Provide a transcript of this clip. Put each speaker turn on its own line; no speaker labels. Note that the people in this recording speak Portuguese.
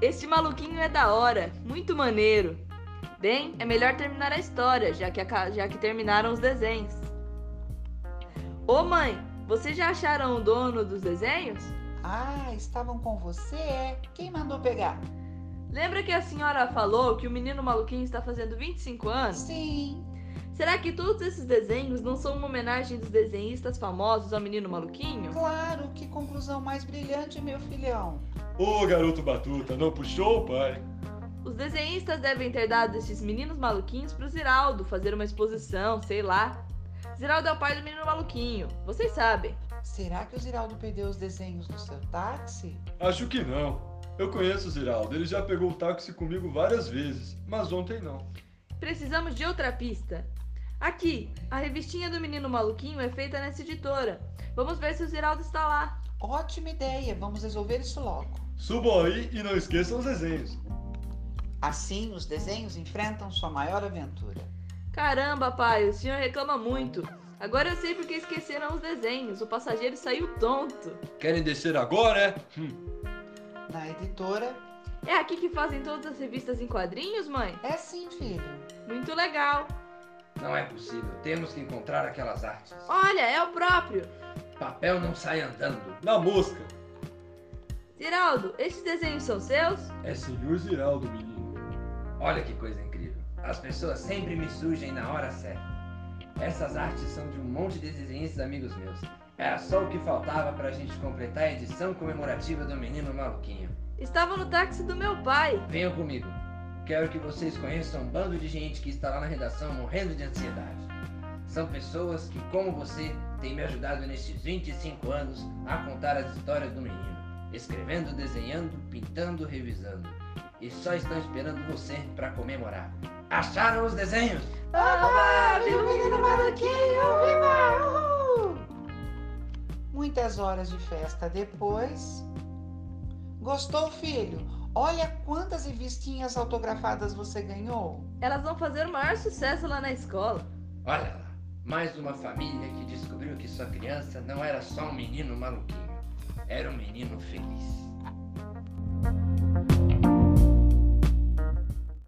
Esse maluquinho é da hora, muito maneiro. Bem, é melhor terminar a história, já que, aca- já que terminaram os desenhos. Ô mãe, vocês já acharam o dono dos desenhos?
Ah, estavam com você, é? Quem mandou pegar?
Lembra que a senhora falou que o menino maluquinho está fazendo 25 anos?
Sim.
Será que todos esses desenhos não são uma homenagem dos desenhistas famosos ao menino maluquinho?
Claro, que conclusão mais brilhante, meu filhão.
Ô garoto Batuta, não puxou o pai?
Os desenhistas devem ter dado esses meninos maluquinhos pro Ziraldo fazer uma exposição, sei lá. Ziraldo é o pai do menino maluquinho, vocês sabem.
Será que o Ziraldo perdeu os desenhos no seu táxi?
Acho que não. Eu conheço o Ziraldo, ele já pegou o táxi comigo várias vezes, mas ontem não.
Precisamos de outra pista. Aqui, a revistinha do menino maluquinho é feita nessa editora. Vamos ver se o Ziraldo está lá.
Ótima ideia, vamos resolver isso logo.
Subam aí e não esqueçam os desenhos.
Assim, os desenhos enfrentam sua maior aventura.
Caramba, pai, o senhor reclama muito. Agora eu sei porque esqueceram os desenhos. O passageiro saiu tonto.
Querem descer agora, é? Hum.
Na editora,
É aqui que fazem todas as revistas em quadrinhos, mãe?
é sim, filho.
Muito legal.
Não é possível. Temos que encontrar aquelas artes.
Olha, é o próprio.
Papel não sai andando.
Na mosca.
Ziraldo, estes desenhos são seus?
É senhor Ziraldo, menino.
Olha que coisa incrível. As pessoas sempre me surgem na hora certa. Essas artes são de um monte de desenhistas amigos meus. Era só o que faltava para a gente completar a edição comemorativa do Menino Maluquinho.
Estavam no táxi do meu pai.
Venham comigo. Quero que vocês conheçam um bando de gente que está lá na redação morrendo de ansiedade. São pessoas que, como você, têm me ajudado nestes 25 anos a contar as histórias do menino. Escrevendo, desenhando, pintando, revisando. E só estão esperando você para comemorar. Acharam os desenhos?
Ah,
Viva o menino maluquinho, viva! Muitas horas de festa depois. Gostou, filho? Olha quantas revistinhas autografadas você ganhou.
Elas vão fazer o maior sucesso lá na escola.
Olha lá, mais uma família que descobriu que sua criança não era só um menino maluquinho, era um menino feliz.